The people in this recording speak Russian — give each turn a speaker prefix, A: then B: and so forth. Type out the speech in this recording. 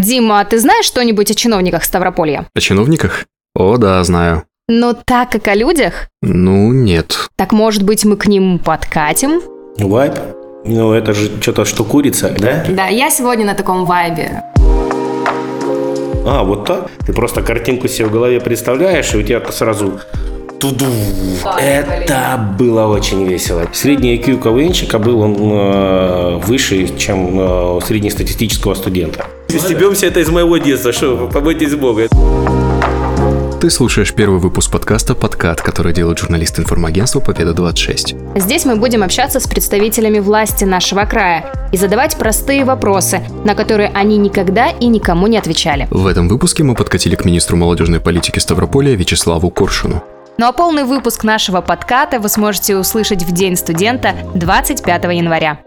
A: Дима, а ты знаешь что-нибудь о чиновниках Ставрополья?
B: О чиновниках? О, да, знаю.
A: Но так как о людях,
B: Ну, нет.
A: так может быть мы к ним подкатим?
C: Вайп? Ну, это же что-то, что курица, да?
D: Да, я сегодня на таком вайбе.
C: А, вот так? Ты просто картинку себе в голове представляешь, и у тебя сразу... Туду. Это было очень весело. Средний IQ КВНщика был он э, выше, чем э, у среднестатистического студента.
E: Стебемся это из моего детства, что, побойтесь бога.
B: Ты слушаешь первый выпуск подкаста «Подкат», который делает журналист информагентства «Победа-26».
A: Здесь мы будем общаться с представителями власти нашего края и задавать простые вопросы, на которые они никогда и никому не отвечали.
B: В этом выпуске мы подкатили к министру молодежной политики Ставрополя Вячеславу Коршину.
A: Ну а полный выпуск нашего подката вы сможете услышать в День студента 25 января.